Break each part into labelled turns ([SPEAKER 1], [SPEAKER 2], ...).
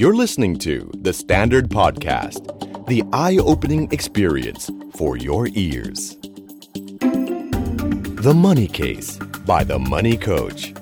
[SPEAKER 1] You're listening to The Standard Podcast, the eye opening experience for your ears. The Money Case by The Money Coach.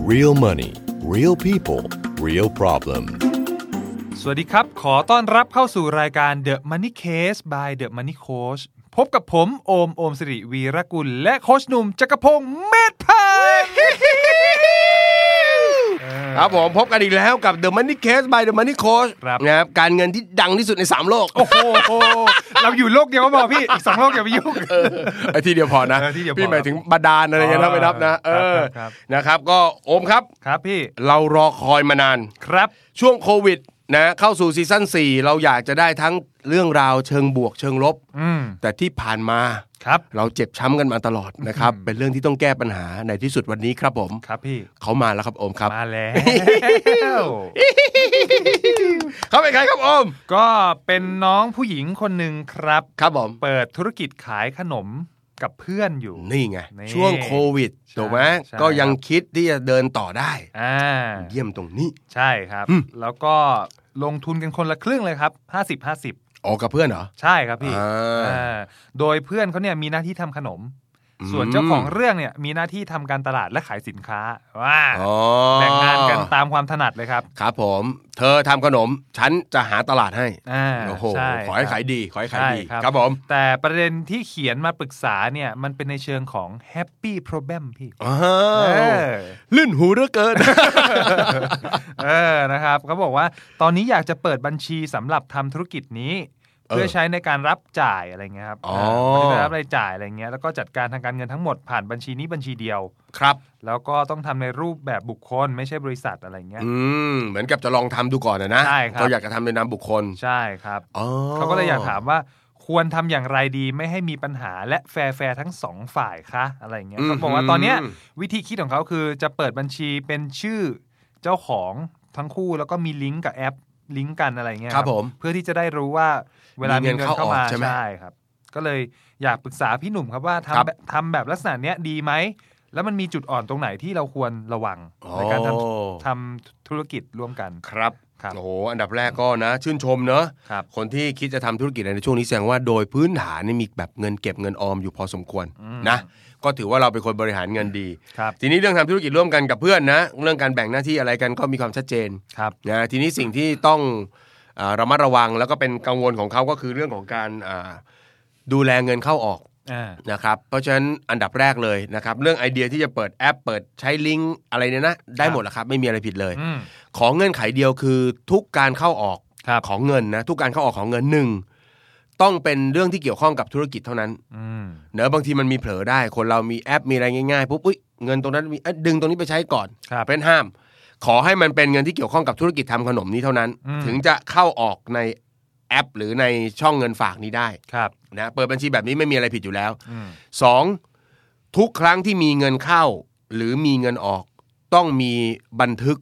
[SPEAKER 1] Real money, real people, real problem.
[SPEAKER 2] สวัสดีครับ ขอต้อนรับเข้าสู่รายการ The Money Case by The Money Coach พบกับผมโอม โอมสิริวีรกุล และโคชหนุ่มจักรพงศ์เมธพันธ์เออ
[SPEAKER 3] ครับผมพบกันอีกแล้วกับ The Money Case by The Money Coach
[SPEAKER 2] ครับ
[SPEAKER 3] นะครับการเงินที่ดังที่สุดใน 3 โลก
[SPEAKER 2] โอ้โห เราอยู่โลกเดียวก็พอพี่ อีกสองโลกอย่าไปยุ่ง
[SPEAKER 3] ไอ้ที่เดียวพอนะ
[SPEAKER 2] เออที่เดียวพอ
[SPEAKER 3] พี่หมายถึงบาดาลอะไรเงี้ย
[SPEAKER 2] อ๋อ
[SPEAKER 3] นะไม่นับนะครับ เออ
[SPEAKER 2] ครับ
[SPEAKER 3] นะครับก็โอมครับ
[SPEAKER 2] ครับพี่
[SPEAKER 3] เรารอคอยมานาน
[SPEAKER 2] ครับ
[SPEAKER 3] ช่วงโควิดนะเข้าสู่ซีซั่น4 เราอยากจะได้ทั้งเรื่องราวเชิงบวกเชิงลบ
[SPEAKER 2] อืม
[SPEAKER 3] แต่ที่ผ่านมา
[SPEAKER 2] ครับ
[SPEAKER 3] เราเจ็บช้ำกันมาตลอดนะครับ เป็นเรื่องที่ต้องแก้ปัญหาในที่สุดวันนี้ครับผม
[SPEAKER 2] ครับพี่
[SPEAKER 3] เขามาแล้วครับโอมครับ
[SPEAKER 2] มาแล้ว
[SPEAKER 3] เขาเป็นใครครับโอม
[SPEAKER 2] ก็เป็นน้องผู้หญิงคนหนึ่งครับ
[SPEAKER 3] ครับผม
[SPEAKER 2] เปิดธุรกิจขายขนมกับเพื่อนอยู่
[SPEAKER 3] นี่ไง
[SPEAKER 2] นี่
[SPEAKER 3] ช่วงโควิด
[SPEAKER 2] ใช่
[SPEAKER 3] ถูกไหม
[SPEAKER 2] ใช่
[SPEAKER 3] ก็ยังคิดที่จะเดินต่อได้
[SPEAKER 2] อ่า
[SPEAKER 3] เยี่ยมตรงนี้
[SPEAKER 2] ใช่ครับ
[SPEAKER 3] อืม
[SPEAKER 2] แล้วก็ลงทุนกันคนละครึ่งเลยครับ 50
[SPEAKER 3] ออกกับเพื่อนเหรอ
[SPEAKER 2] 50 ใช่ครับพี่
[SPEAKER 3] อ่า
[SPEAKER 2] อ่าโดยเพื่อนเขาเนี่ยมีหน้าที่ทำขนม
[SPEAKER 3] อืม
[SPEAKER 2] ส่วนเจ้าของเรื่องเนี่ยมีหน้าที่ทำการตลาดและขายสินค้าว้า
[SPEAKER 3] อ๋อ
[SPEAKER 2] แบ่งงานกันตามความถนัดเลยครับ
[SPEAKER 3] ครับผม เธอทำขนม ฉันจะหาตลาดให้
[SPEAKER 2] อ่า
[SPEAKER 3] โอ้โห
[SPEAKER 2] ใช่
[SPEAKER 3] ขอให้ขาย
[SPEAKER 2] ครับ
[SPEAKER 3] ดีขอให้ขายดี
[SPEAKER 2] ใช่ครับ
[SPEAKER 3] ครับผม
[SPEAKER 2] แต่ประเด็นที่เขียนมาปรึกษาเนี่ยมันเป็นในเชิงของ happy problem พี่
[SPEAKER 3] อ้า
[SPEAKER 2] เออ
[SPEAKER 3] วลื่นหูเหลือเกิน
[SPEAKER 2] เออ นะครับเขาบอกว่า ตอนนี้อยากจะเปิดบัญชีสำหรับทำธุรกิจนี้
[SPEAKER 3] เออ
[SPEAKER 2] เพื่อใช้ในการรับจ่ายอะไรเงี้ยครับ
[SPEAKER 3] อ๋อ
[SPEAKER 2] เพื่อรับรายจ่ายอะไรเงี้ย แล้วก็จัดการทางการเงินทั้งหมดผ่านบัญชีนี้บัญชีเดียว
[SPEAKER 3] ครับ
[SPEAKER 2] แล้วก็ต้องทำในรูปแบบบุคคลไม่ใช่บริษัทอะไรเงี้ย
[SPEAKER 3] อืมเหมือนกับจะลองทำดูก่อนนะนะ
[SPEAKER 2] ใช่ครับ
[SPEAKER 3] เราอยากจะทำในนามบุคคล
[SPEAKER 2] ใช่ครับ
[SPEAKER 3] อ๋อ
[SPEAKER 2] เขาก็เลยอยากถามว่าควรทำอย่างไรดีไม่ให้มีปัญหาและแฟร์แฟร์ๆทั้งสองฝ่ายคะอะไรเงี้ยเขาบอกว่าตอนเนี้ยวิธีคิดของเขาคือจะเปิดบัญชีเป็นชื่อเจ้าของทั้งคู่แล้วก็มีลิงก์กับแอปลิงก์กันอะไรเงี้ย
[SPEAKER 3] ครับผม
[SPEAKER 2] เพื่อที่จะได้รู้ว่าเวลามีเงินเข้ามา
[SPEAKER 3] มีเงินเข้าออกใช่ไหม
[SPEAKER 2] ครับ ก็เลยอยากปรึกษาพี่หนุ่มครับว่า
[SPEAKER 3] ครั
[SPEAKER 2] ทำ
[SPEAKER 3] บ
[SPEAKER 2] แบบทำแบบลักษณะเนี้ยดีไหมแล้วมันมีจุดอ่อนตรงไหนที่เราควรระวังในการท
[SPEAKER 3] โอ้
[SPEAKER 2] ำทำธุรกิจร่วมกัน
[SPEAKER 3] ครับ
[SPEAKER 2] ครับ
[SPEAKER 3] โอ้โหอันดับแรกก็นะ ชื่นชมเนอะ
[SPEAKER 2] ครับ
[SPEAKER 3] คนที่คิดจะทำธุรกิจในช่วงนี้แสดงว่าโดยพื้นฐานเนี่ยมีแบบเงินเก็บเงินออมอยู่พอสมควร
[SPEAKER 2] อืม
[SPEAKER 3] นะ ก็ถือว่าเราเป็นคนบริหารเงินดี
[SPEAKER 2] ครับ
[SPEAKER 3] ทีนี้เรื่องทำธุรกิจร่วมกันกับเพื่อนนะ เรื่องการแบ่งหน้าที่อะไรกันก็มีความชัดเจน
[SPEAKER 2] ครับ
[SPEAKER 3] นะทีนี้สิ่งที่ต้องอ่าระมัดระวังแล้วก็เป็นกังวลของเขาก็คือเรื่องของการอ่าดูแลเงินเข้าออก
[SPEAKER 2] อ่า
[SPEAKER 3] นะครับเพราะฉะนั้นอันดับแรกเลยนะครับเรื่องไอเดียที่จะเปิดแอป เปิดใช้ลิงก์อะไรเนี่ยนะได้หมดแหละครับไม่มีอะไรผิดเลย
[SPEAKER 2] อืม
[SPEAKER 3] ขอเงื่อนไขเดียวคือทุกการเข้าออก
[SPEAKER 2] ครับ
[SPEAKER 3] ของเงินนะทุกการเข้าออกของเงินหนึ่งต้องเป็นเรื่องที่เกี่ยวข้องกับธุรกิจเท่านั้น
[SPEAKER 2] อืม
[SPEAKER 3] เนอะบางทีมันมีเผลอได้ คนเรามีแอปมีอะไรง่ายๆปุ๊บอุ๊ยเงินตรงนั้นมีเอ๊ะดึงตรงนี้ไปใช้ก่อน
[SPEAKER 2] ครับ
[SPEAKER 3] เป็นห้าม ขอให้มันเป็นเงินที่เกี่ยวข้องกับธุรกิจทำขนมนี้เท่านั้น
[SPEAKER 2] อืม
[SPEAKER 3] ถึงจะเข้าออกในแอป หรือในช่องเงินฝากนี้ได้
[SPEAKER 2] ครับ
[SPEAKER 3] นะเปิดบัญชีแบบนี้ไม่มีอะไรผิดอยู่แล้ว
[SPEAKER 2] อืม
[SPEAKER 3] สองทุกครั้งที่มีเงินเข้า หรือมีเงินออก ต้องมีบันทึก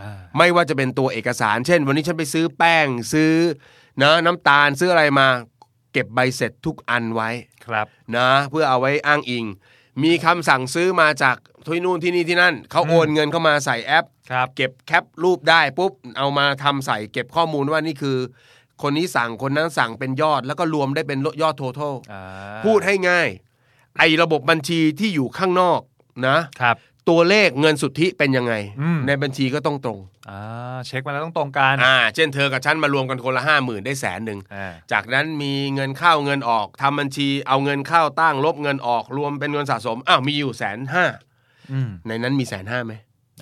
[SPEAKER 2] อ่า
[SPEAKER 3] ไม่ว่าจะเป็นตัวเอกสาร เช่น วันนี้ฉันไปซื้อแป้งซื้อนะน้ำตาลซื้ออะไรมา เก็บใบเสร็จทุกอันไว้
[SPEAKER 2] ครับ
[SPEAKER 3] นะเพื่อเอาไว้อ้างอิง มีคำสั่งซื้อมาจากที่นู่นที่นี่ที่นั่น เขา
[SPEAKER 2] อืม
[SPEAKER 3] โอนเงินเข้ามาใส่แอป
[SPEAKER 2] ครับ
[SPEAKER 3] เก็บแคปรูปได้ปุ๊บเอามาทำใส่เก็บข้อมูลว่านี่คือ คนนี้สั่งคนนั้นสั่งเป็นยอด แล้วก็รวมได้เป็นยอดทั้ท
[SPEAKER 2] อ่า
[SPEAKER 3] พูดให้ง่าย ไอ้ระบบบัญชีที่อยู่ข้างนอกนะ
[SPEAKER 2] ครับ
[SPEAKER 3] ตัวเลขเงินสุทธิเป็นยังไง
[SPEAKER 2] อืม
[SPEAKER 3] ในบัญชีก็ต้องตรง
[SPEAKER 2] อ่า เช็คมาแล้วต้องตรงกัน
[SPEAKER 3] อ่าเช่นเธอกับฉันมารวมกันคนละห้าหมื่นได้แสนหนึ่ง
[SPEAKER 2] อ่า
[SPEAKER 3] จากนั้นมีเงินเข้าเงินออกทำบัญชีเอาเงินเข้าตั้งลบเงินออกรวมเป็นเงินสะสมอ้าวมีอยู่แสนห้า
[SPEAKER 2] อืม
[SPEAKER 3] ในนั้นมีแสนห้าไหม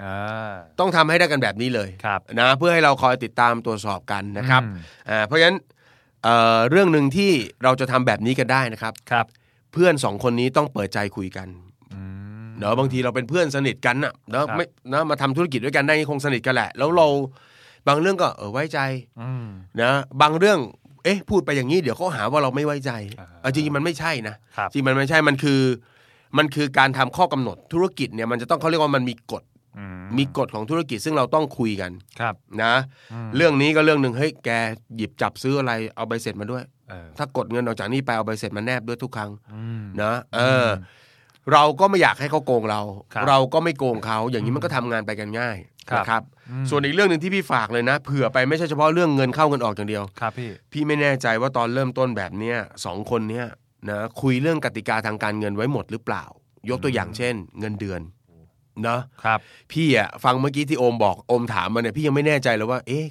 [SPEAKER 2] อ่า
[SPEAKER 3] ต้องทำให้ได้กันแบบนี้เลย
[SPEAKER 2] ครับ
[SPEAKER 3] นะเพื่อให้เราคอยติดตามตรวจสอบกันนะครับ
[SPEAKER 2] อืม
[SPEAKER 3] อ่าเพราะฉะนั้นเอ่อเรื่องหนึ่งที่เราจะทำแบบนี้กันได้นะครับ
[SPEAKER 2] ครับ
[SPEAKER 3] เพื่อนสองคนนี้ต้องเปิดใจคุยกัน
[SPEAKER 2] อืม
[SPEAKER 3] เนอะบางทีเราเป็นเพื่อนสนิทกันนะแล้ว
[SPEAKER 2] ครับ
[SPEAKER 3] ไม่นะมาทำธุรกิจด้วยกันได้คงสนิทกันแหละ แล้วเราบางเรื่องก็เออไว้ใจ
[SPEAKER 2] อืม
[SPEAKER 3] นะบางเรื่อง เอ๊ะ พูดไปอย่างนี้เดี๋ยวเขาหาว่าเราไม่ไว้ใจ
[SPEAKER 2] อ่า
[SPEAKER 3] เอาจริงๆมันไม่ใช่นะ
[SPEAKER 2] ครับ
[SPEAKER 3] จริงมันไม่ใช่ มันคือ มันคือการทำข้อกำหนดธุรกิจเนี่ยมันจะต้องเขาเรียกว่ามันมีกฎ
[SPEAKER 2] อืม
[SPEAKER 3] มีกฎของธุรกิจซึ่งเราต้องคุยกัน
[SPEAKER 2] ครับ
[SPEAKER 3] นะ
[SPEAKER 2] ม
[SPEAKER 3] เรื่องนี้ก็เรื่องหนึ่งเฮ้ย แกหยิบจับซื้ออะไรเอาใบเสร็จมาด้วย
[SPEAKER 2] เออ
[SPEAKER 3] ถ้ากดเงินออกจากนี่ไปเอาใบเสร็จมาแนบด้วยทุกครั้ง
[SPEAKER 2] อืม
[SPEAKER 3] นะ เอออ
[SPEAKER 2] ม
[SPEAKER 3] เราก็ไม่อยากให้เขาโกงเรา
[SPEAKER 2] ครับ
[SPEAKER 3] เราก็ไม่โกงเขาอย่างนี้มันก็ทำงานไปกันง่าย
[SPEAKER 2] ครับ
[SPEAKER 3] นะครับ
[SPEAKER 2] อืม
[SPEAKER 3] ส่วนอีกเรื่องหนึ่งที่พี่ฝากเลยนะเผื่อไปไม่ใช่เฉพาะเรื่องเงินเข้าเงินออกอย่างเดียว
[SPEAKER 2] ครับพี่
[SPEAKER 3] พี่ไม่แน่ใจว่าตอนเริ่มต้นแบบเนี้ยสองคนเนี้ยนะคุยเรื่องกติกาทางการเงินไว้หมดหรือเปล่า ยกตัวอย่างเช่น เงินเดือนนะครับ พี่อะฟังเมื่อกี้ที่โอมบอกโอมถามมาเนี่ยพี่ยังไม่แน่ใจเลยว่า เอ๊ะ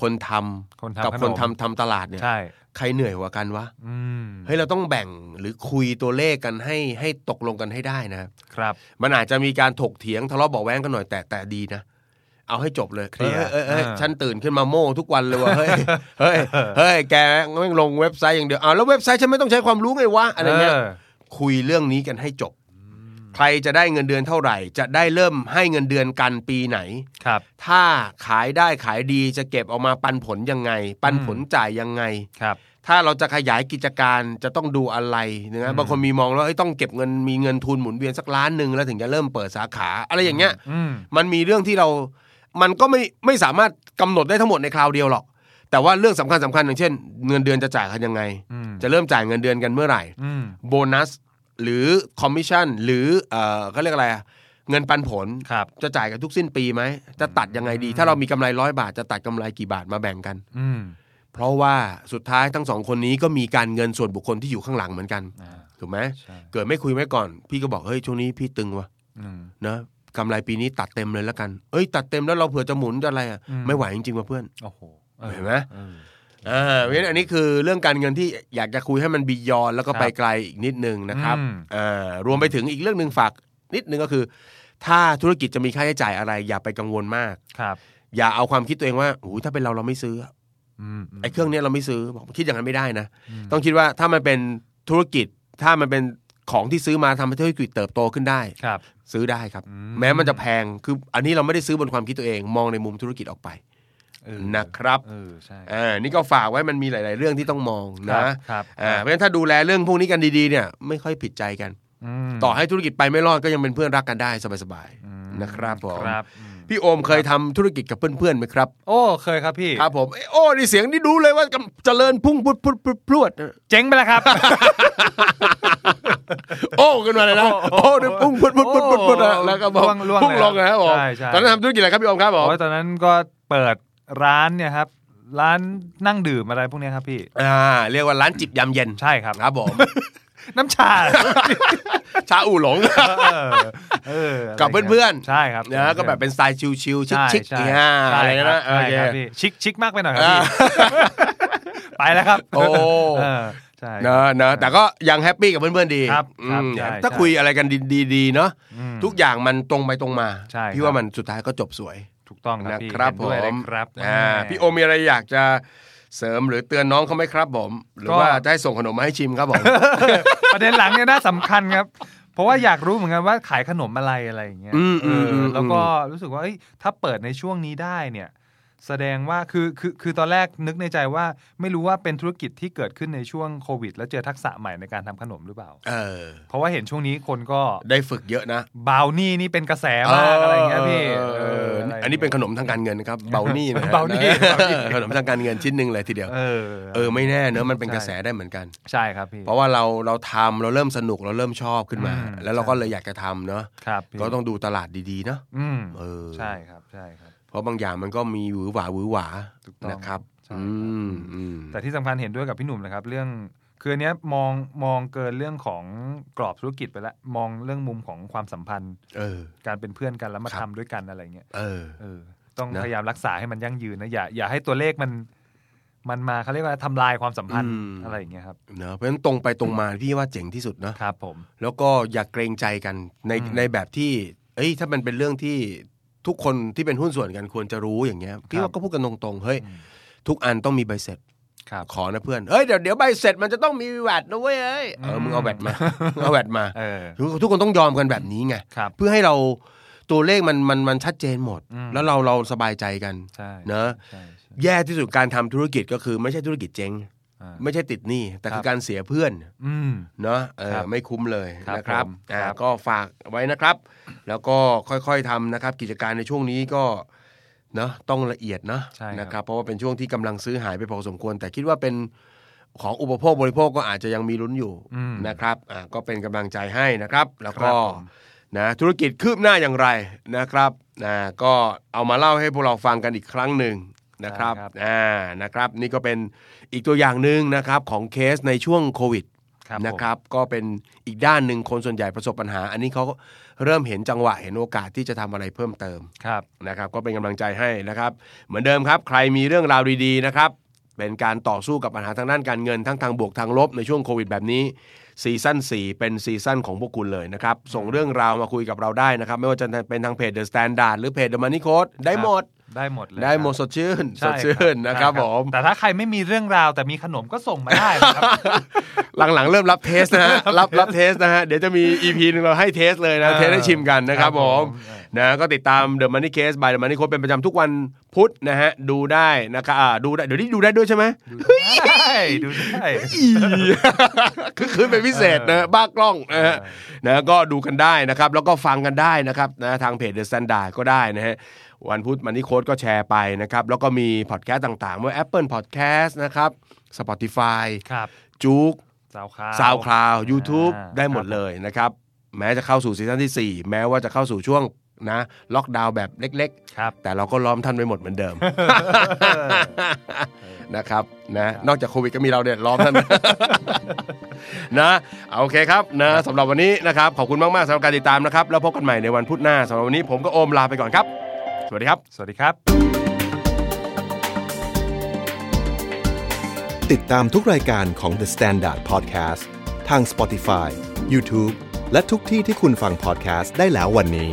[SPEAKER 3] คนทำ
[SPEAKER 2] คน
[SPEAKER 3] กั
[SPEAKER 2] ทำ
[SPEAKER 3] บ
[SPEAKER 2] ข
[SPEAKER 3] คน
[SPEAKER 2] ม
[SPEAKER 3] ทำทำตลาดเนี่ย
[SPEAKER 2] ใช่
[SPEAKER 3] ใครเหนื่อยกว่ากันวะ
[SPEAKER 2] อืม
[SPEAKER 3] เฮ้ยเราต้องแบ่งหรือคุยตัวเลขกันให้ให้ตกลงกันให้ได้นะ
[SPEAKER 2] ครับ
[SPEAKER 3] มันอาจจะมีการถกเถียงทะเลาะเบาะแว้งกันหน่อยแต่แต่ดีนะ เอาให้จบเลย
[SPEAKER 2] เคลียร์
[SPEAKER 3] ออออเออ
[SPEAKER 2] อ่า
[SPEAKER 3] ฉันตื่นขึ้นมาโม่ทุกวันเลยว่าเฮ้ย เฮ้ยเฮ้ยแกแม่งลงเว็บไซต์อย่างเดียวอ้าวแล้วเว็บไซต์ฉันไม่ต้องใช้ความรู้ไงวะอะไรเงี้ยคุยเรื่องนี้กันให้จบ
[SPEAKER 2] ม
[SPEAKER 3] ใครจะได้เงินเดือนเท่าไหร่ จะได้เริ่มให้เงินเดือนกันปีไหน
[SPEAKER 2] ครับ
[SPEAKER 3] ถ้าขายได้ขายดีจะเก็บออกมาปันผลยังไง ปันผลจ่ายยังไง
[SPEAKER 2] ครับ
[SPEAKER 3] ถ้าเราจะขยายกิจการจะต้องดูอะไรนะครับบางคนมีมองว่าเอ้ยต้องเก็บเงินมีเงินทุนหมุนเวียนสักล้านหนึ่งแล้วถึงจะเริ่มเปิดสาขา อะไรอย่างเงี้ย
[SPEAKER 2] อืม
[SPEAKER 3] มันมีเรื่องที่เรา มันก็ไม่ไม่สามารถกำหนดได้ทั้งหมดในคราวเดียวหรอก แต่ว่าเรื่องสำคัญสำคัญอย่างเช่น เงินเดือนจะจ่ายกันยังไง
[SPEAKER 2] อืม
[SPEAKER 3] จะเริ่มจ่ายเงินเดือนกันเมื่อไหร่
[SPEAKER 2] อืม
[SPEAKER 3] โบนัส หรือคอมมิชชั่นหรือเอ่อเขาเรียกอะไรอะเงินปันผล
[SPEAKER 2] ครับ
[SPEAKER 3] จะจ่ายกันทุกสิ้นปีไหมจะตัดยังไงดี ถ้าเรามีกำไรร้อยบาทจะตัดกำไรกี่บาทมาแบ่งกัน
[SPEAKER 2] อืม
[SPEAKER 3] เพราะว่าสุดท้ายทั้งสองคนนี้ก็มีการเงินส่วนบุคคลที่อยู่ข้างหลังเหมือนกัน
[SPEAKER 2] อ่า
[SPEAKER 3] ถูกไหม
[SPEAKER 2] ใช่
[SPEAKER 3] เกิดไม่คุยไว้ก่อน พี่ก็บอกเฮ้ยช่วงนี้พี่ตึงวะ
[SPEAKER 2] อืม
[SPEAKER 3] นะกำไรปีนี้ตัดเต็มเลยแล้วกันเอ้ยตัดเต็มแล้วเราเผื่อจะหมุนจะอะไรอ่ะ
[SPEAKER 2] อืม
[SPEAKER 3] ไม่ไหวจริงๆว่ะเพื่อน
[SPEAKER 2] โอ้โหออ
[SPEAKER 3] เห็นไหม
[SPEAKER 2] เออ
[SPEAKER 3] อ่าเพราะฉะนั้นอันนี้คือเรื่องการเงินที่อยากจะคุยให้มันบียอนแล้วก็ไปไกลอีกนิดนึงนะครับ
[SPEAKER 2] อืม
[SPEAKER 3] อ่ารวมไปถึงอีกเรื่องหนึ่งฝากนิดนึงก็คือ ถ้าธุรกิจจะมีค่าใช้จ่ายอะไร อย่าไปกังวลมาก
[SPEAKER 2] ครับ
[SPEAKER 3] อย่าเอาความคิดตัวเองว่าโอ้โหถ้าเป็นเราเราไม่ซื้ออะ
[SPEAKER 2] อืมม
[SPEAKER 3] ไอ้เครื่องเนี้ยเราไม่ซื้อบอกคิดอย่างนั้นไม่ได้นะ
[SPEAKER 2] ม
[SPEAKER 3] ต้องคิดว่าถ้ามันเป็นธุรกิจถ้ามันเป็นของที่ซื้อมาทำให้ธุรกิจเติบโตขึ้นได้
[SPEAKER 2] ครับ
[SPEAKER 3] ซื้อได้ครับ
[SPEAKER 2] อื
[SPEAKER 3] แม้มันจะแพงคืออันนี้เราไม่ได้ซื้อบนความคิดตัวเอง มองในมุมธุรกิจออกไป
[SPEAKER 2] เออ
[SPEAKER 3] นะครับ
[SPEAKER 2] เออใช่
[SPEAKER 3] อ่านี่ก็ฝากไว้มันมีหลาย ๆ เรื่องที่ต้องมองนะครับ อ่าเพราะฉะนั้นถ้าดูแลเรื่องพวกนี้กันดี ๆ เนี่ยไม่ค่อยผิดใจกัน
[SPEAKER 2] ม
[SPEAKER 3] ต่อให้ธุรกิจไปไม่รอดก็ยังเป็นเพื่อนรักกันได้สบาย
[SPEAKER 2] อืม
[SPEAKER 3] นะครับผม
[SPEAKER 2] ครับอืม
[SPEAKER 3] ๆพี่โอมเคยทำธุรกิจกับเพื่อนๆไหมครับ
[SPEAKER 2] โอ้เคยครับพี่
[SPEAKER 3] ครับผมเอ้ยโอ้นี่เสียงนี่ดูเลยว่ากำเจริญพุ่งพรุดพรุดพรุดพรวด
[SPEAKER 2] เจ๊งไปแล้วครับ
[SPEAKER 3] โอ้ขึ้นมาเลยนะ โอ้เนี่ยพุ่งพุ่งพุ่งพุ่งพุ่งพุ่งนะแล้วก็บอก
[SPEAKER 2] ล่วงล่วง
[SPEAKER 3] พุ่ง
[SPEAKER 2] เลย
[SPEAKER 3] ลงนะครับผม
[SPEAKER 2] ใช่ใช่
[SPEAKER 3] ตอนนั้นทำธุรกิจอะไรครับพี่อมครับผม
[SPEAKER 2] โอ้ยตอนนั้นก็เปิดร้านเนี่ยครับ ร้านนั่งดื่มอะไรพวกเนี้ยครับพี่
[SPEAKER 3] อ่า เรียกว่าร้านจิบยำเย็น
[SPEAKER 2] ใช่ครับ
[SPEAKER 3] ครับผม
[SPEAKER 2] น้ำชา
[SPEAKER 3] ชาอู่หลง
[SPEAKER 2] เออเอออะไร
[SPEAKER 3] กับเพื่อนๆ
[SPEAKER 2] ใช่ครับ
[SPEAKER 3] นะก็แบบเป็นสไตล์ชิลๆ
[SPEAKER 2] ใช่
[SPEAKER 3] ชิคๆ
[SPEAKER 2] ใช่
[SPEAKER 3] เนี่ยอะไรนะโอ
[SPEAKER 2] ใช่
[SPEAKER 3] เค
[SPEAKER 2] ครับพี่ชิคชิคมากไปหน่อยครับพี่ไปแล้วครับ
[SPEAKER 3] โอ้
[SPEAKER 2] เออใช่
[SPEAKER 3] นะนะแต่ก็ยังแฮปปี้กับเพื่อนๆดี
[SPEAKER 2] ครับ
[SPEAKER 3] อื
[SPEAKER 2] ครับ
[SPEAKER 3] ม
[SPEAKER 2] ใช่
[SPEAKER 3] ถ้า
[SPEAKER 2] ใช่
[SPEAKER 3] คุยอะไรกันดีๆเนาะ
[SPEAKER 2] อืม
[SPEAKER 3] ทุกอย่างมันตรงไปตรงมา
[SPEAKER 2] ใช่
[SPEAKER 3] พี่
[SPEAKER 2] ครับ
[SPEAKER 3] ว่ามันสุดท้ายก็จบสวย
[SPEAKER 2] ถูกต้องครั
[SPEAKER 3] นะ
[SPEAKER 2] บพี่
[SPEAKER 3] ครับ
[SPEAKER 2] เห็น
[SPEAKER 3] ผ
[SPEAKER 2] ด้วยเลย
[SPEAKER 3] ม
[SPEAKER 2] ครับ
[SPEAKER 3] อ่า
[SPEAKER 2] แม่
[SPEAKER 3] พี่โอมมีอะไรอยากจะเสริมหรือเตือนน้องเขาไหมครับผม หรือ
[SPEAKER 2] ก็
[SPEAKER 3] ว่าจะให้ส่งขนมมาให้ชิมครับผม
[SPEAKER 2] ประเด็นหลังเนี่ยน่าสำคัญครับ เพราะว่าอยากรู้เหมือนกันว่าขายขนมอะไรอะไรอย่างเงี้ย
[SPEAKER 3] อืม
[SPEAKER 2] เอออ
[SPEAKER 3] มอืม
[SPEAKER 2] แล้วก็รู้สึกว่าเอ้ยถ้าเปิดในช่วงนี้ได้เนี่ย แสดงว่าคือคือคือตอนแรกนึกในใจว่า ไม่รู้ว่าเป็นธุรกิจที่เกิดขึ้นในช่วงโควิด แล้วเจอทักษะใหม่ในการทำขนมหรือเปล่า
[SPEAKER 3] เออ
[SPEAKER 2] เพราะว่าเห็นช่วงนี้คนก็
[SPEAKER 3] ได้ฝึกเยอะนะ
[SPEAKER 2] บาวนี่นี่เป็นกระแสมากอะไรอย่างเงี้ยพี่
[SPEAKER 3] เออ
[SPEAKER 2] เอออะไรอย่างงี้ย
[SPEAKER 3] อันนี้เป็นขนมทางการเงิน นะครับเบลนี่นะฮะ
[SPEAKER 2] เบานี่
[SPEAKER 3] ขนมทางการเงินชิ้นหนึ่งเลยทีเดียว
[SPEAKER 2] เออ
[SPEAKER 3] เออไม่แน่เนอะมันเป็นกระแสได้เหมือนกัน
[SPEAKER 2] ใช่ครับพี่
[SPEAKER 3] เพราะว่าเราเราทำเราเริ่มสนุกเราเริ่มชอบขึ้นมา
[SPEAKER 2] อืม
[SPEAKER 3] แล้วเราก็เลยอยากจะทำเนาะ
[SPEAKER 2] ครับพี่
[SPEAKER 3] ก็ต้องดูตลาดดีๆเนาะ
[SPEAKER 2] อืม
[SPEAKER 3] เออ
[SPEAKER 2] ใช่ครับใช่ครับ
[SPEAKER 3] เพราะบางอย่างมันก็มีหวือหวาหวือหวา
[SPEAKER 2] ถูกต้อง
[SPEAKER 3] นะครับ
[SPEAKER 2] ใช่ครับ
[SPEAKER 3] อืมอืม
[SPEAKER 2] แต่ที่สำคัญเห็นด้วยกับพี่หนุ่มนะครับ เรื่องคืออันเนี้ยมองมองเกินเรื่องของกรอบธุรกิจไปแล้วมองเรื่องมุมของความสัมพันธ์
[SPEAKER 3] เออ
[SPEAKER 2] การเป็นเพื่อนกันแล้วมา
[SPEAKER 3] ครั
[SPEAKER 2] ทำ
[SPEAKER 3] บ
[SPEAKER 2] ด้วยกันอะไรเงี้ย
[SPEAKER 3] เออ
[SPEAKER 2] เออ ต้อง
[SPEAKER 3] นะ
[SPEAKER 2] พยายามรักษาให้มันยั่งยืนนะอย่าอย่าให้ตัวเลขมัน มันมาเขาเรียกว่าทำลายความสัมพันธ์อะไรอย่างเงี้ยครับ
[SPEAKER 3] เนอะเพราะฉะนั้นตรงไปตรงมาพี่ว่าเจ๋งที่สุดเนอะ
[SPEAKER 2] ครับผม
[SPEAKER 3] แล้วก็อย่าเกรงใจกันใน
[SPEAKER 2] อืม
[SPEAKER 3] ในแบบที่ เอ้ยถ้ามันเป็นเรื่องที่ทุกคนที่เป็นหุ้นส่วนกันควรจะรู้อย่างเงี้ยพี่
[SPEAKER 2] ครับ
[SPEAKER 3] ว่าก็พูดกันตรงๆเฮ้ยทุกอันต้องมีใบเสร็จ
[SPEAKER 2] ครับ
[SPEAKER 3] ขอนะเพื่อนเอ้ยเดี๋ยวเดี๋ยวใบเสร็จมันจะต้องมีแวดนะเว้ยเอ้ยเออ
[SPEAKER 2] ม
[SPEAKER 3] มึงเอาแวด มา มึงเอาแวดมา
[SPEAKER 2] เออ
[SPEAKER 3] ทุกทุกคนต้องยอมกันแบบนี้ไง
[SPEAKER 2] ครับ
[SPEAKER 3] เพื่อให้เราตัวเลขมันมันมันชัดเจนหมด
[SPEAKER 2] อืม
[SPEAKER 3] แล้วเราเราสบายใจกัน
[SPEAKER 2] ใช่
[SPEAKER 3] เนอะ
[SPEAKER 2] ใช่ใช่
[SPEAKER 3] แย่ที่สุดการทำธุรกิจก็คือไม่ใช่ธุรกิจเจ๊ง
[SPEAKER 2] อ่า
[SPEAKER 3] ไม่ใช่ติดหนี้แต่
[SPEAKER 2] ค
[SPEAKER 3] คื
[SPEAKER 2] รั
[SPEAKER 3] อบ การเสียเพื่อน
[SPEAKER 2] อืม
[SPEAKER 3] เนาะเออ
[SPEAKER 2] ครับ
[SPEAKER 3] ไม่คุ้มเลย
[SPEAKER 2] ครับ
[SPEAKER 3] นะครับ
[SPEAKER 2] ผม
[SPEAKER 3] อ่า
[SPEAKER 2] ครับ
[SPEAKER 3] ก็ฝากไว้นะครับ แล้วก็ค่อยๆทำนะครับ กิจการในช่วงนี้ก็เนาะต้องละเอียดเนาะ
[SPEAKER 2] ใช่ครับ
[SPEAKER 3] นะครับ เพราะว่าเป็นช่วงที่กำลังซื้อหายไปพอสมควร แต่คิดว่าเป็น ของอุปโภคบริโภคก็อาจจะยังมีลุ้นอยู่
[SPEAKER 2] อืม
[SPEAKER 3] นะครับอ่าก็เป็นกำลังใจให้นะครับ แล้ว
[SPEAKER 2] ค
[SPEAKER 3] ก็
[SPEAKER 2] รับผม
[SPEAKER 3] นะธุรกิจคืบหน้าอย่างไรนะครับนะก็เอามาเล่าให้พวกเราฟังกันอีกครั้งหนึ่งนะครับ
[SPEAKER 2] ใช่ครับ
[SPEAKER 3] อ่านะครับ นี่ก็เป็นอีกตัวอย่างหนึ่งนะครับของเคสในช่วงโควิด
[SPEAKER 2] ครับ
[SPEAKER 3] นะ
[SPEAKER 2] ผม
[SPEAKER 3] ครับก็เป็นอีกด้านหนึ่งคนส่วนใหญ่ประสบปัญหา อันนี้เขาก็เริ่มเห็นจังหวะเห็นโอกาสที่จะทำอะไรเพิ่มเติม
[SPEAKER 2] ครับ
[SPEAKER 3] นะครับ ก็เป็นกำลังใจให้นะครับ เหมือนเดิมครับ ใครมีเรื่องราวดีๆนะครับ เป็นการต่อสู้กับปัญหาทางด้านการเงินทั้งทางบวกทางลบในช่วงโควิดแบบนี้ซีซั่น4 เป็นซีซั่นของพวกคุณเลยนะครับ ส่งเรื่องราวมาคุยกับเราได้นะครับ ไม่ว่าจะเป็นทางเพจ The Standard หรือเพจ The Money Code ได้หมด
[SPEAKER 2] ได้หมดเลย
[SPEAKER 3] ได้หมด
[SPEAKER 2] ค
[SPEAKER 3] ส
[SPEAKER 2] รับ
[SPEAKER 3] ดชื่นส
[SPEAKER 2] ใช่
[SPEAKER 3] ดชื่นนะครับผม
[SPEAKER 2] แต่ถ้าใครไม่มีเรื่องราวแต่มีขนมก็ส่งมาได้นะครับ
[SPEAKER 3] หลังๆ เริ่มรับเทสนะฮะ รับรับเทสนะฮะ เดี๋ยวจะมี EP หนึงเราให้เทสเลยนะ
[SPEAKER 2] เออ
[SPEAKER 3] เทสให้ชิมกันนะครับ
[SPEAKER 2] ครับ
[SPEAKER 3] ผ
[SPEAKER 2] ผม ม
[SPEAKER 3] นะก็ติดตาม The Money Case by The Money Code เป็นประจำทุกวันพุธนะฮะ ดูได้นะครับอ่าดูได้ เดี๋ยวนี้ดูได้ด้วยใช่ไหม
[SPEAKER 2] ได้ดูได้
[SPEAKER 3] อี คือคืนเป็นพิเศษนะบ้ากล้องนะฮะนะก็ดูกันได้นะครับ แล้วก็ฟังกันได้นะครับนะทางเพจ The Standard ก็ได้นะฮะ วันพุธมันนี่โค้ดก็แชร์ไปนะครับ แล้วก็มีพอดแคสต์ต่างๆเมื่อ Apple Podcast นะครับ Spotify
[SPEAKER 2] ครับ
[SPEAKER 3] จุก
[SPEAKER 2] สาวคราว
[SPEAKER 3] ซาวคลาว YouTube
[SPEAKER 2] อ่า
[SPEAKER 3] ได้หมดเลยนะครับ แม้จะเข้าสู่ซีซั่นที่ 4 แม้ว่าจะเข้าสู่ช่วงนะล็อกดาวน์แบบเล็ก
[SPEAKER 2] ครับ
[SPEAKER 3] ๆ แต่เราก็ล้อมท่านไว้หมดเหมือนเดิม นะครับนะนอกจากโควิดก็มีเราเนี่ยล้อมท่าน นะเอาโอเคครับนะสำหรับวันนี้นะครับ ขอบคุณมาก ๆสำหรับการติดตามนะครับ แล้วพบกันใหม่ในวันพุธหน้าสำหรับวันนี้ผมก็โอมลาไปก่อนครับ สวัสดีครับ
[SPEAKER 2] สวัสดีครับ
[SPEAKER 1] ติดตามทุกรายการของ The Standard Podcast ทาง Spotify, YouTube และทุกที่ที่คุณฟัง podcast ได้แล้ววันนี้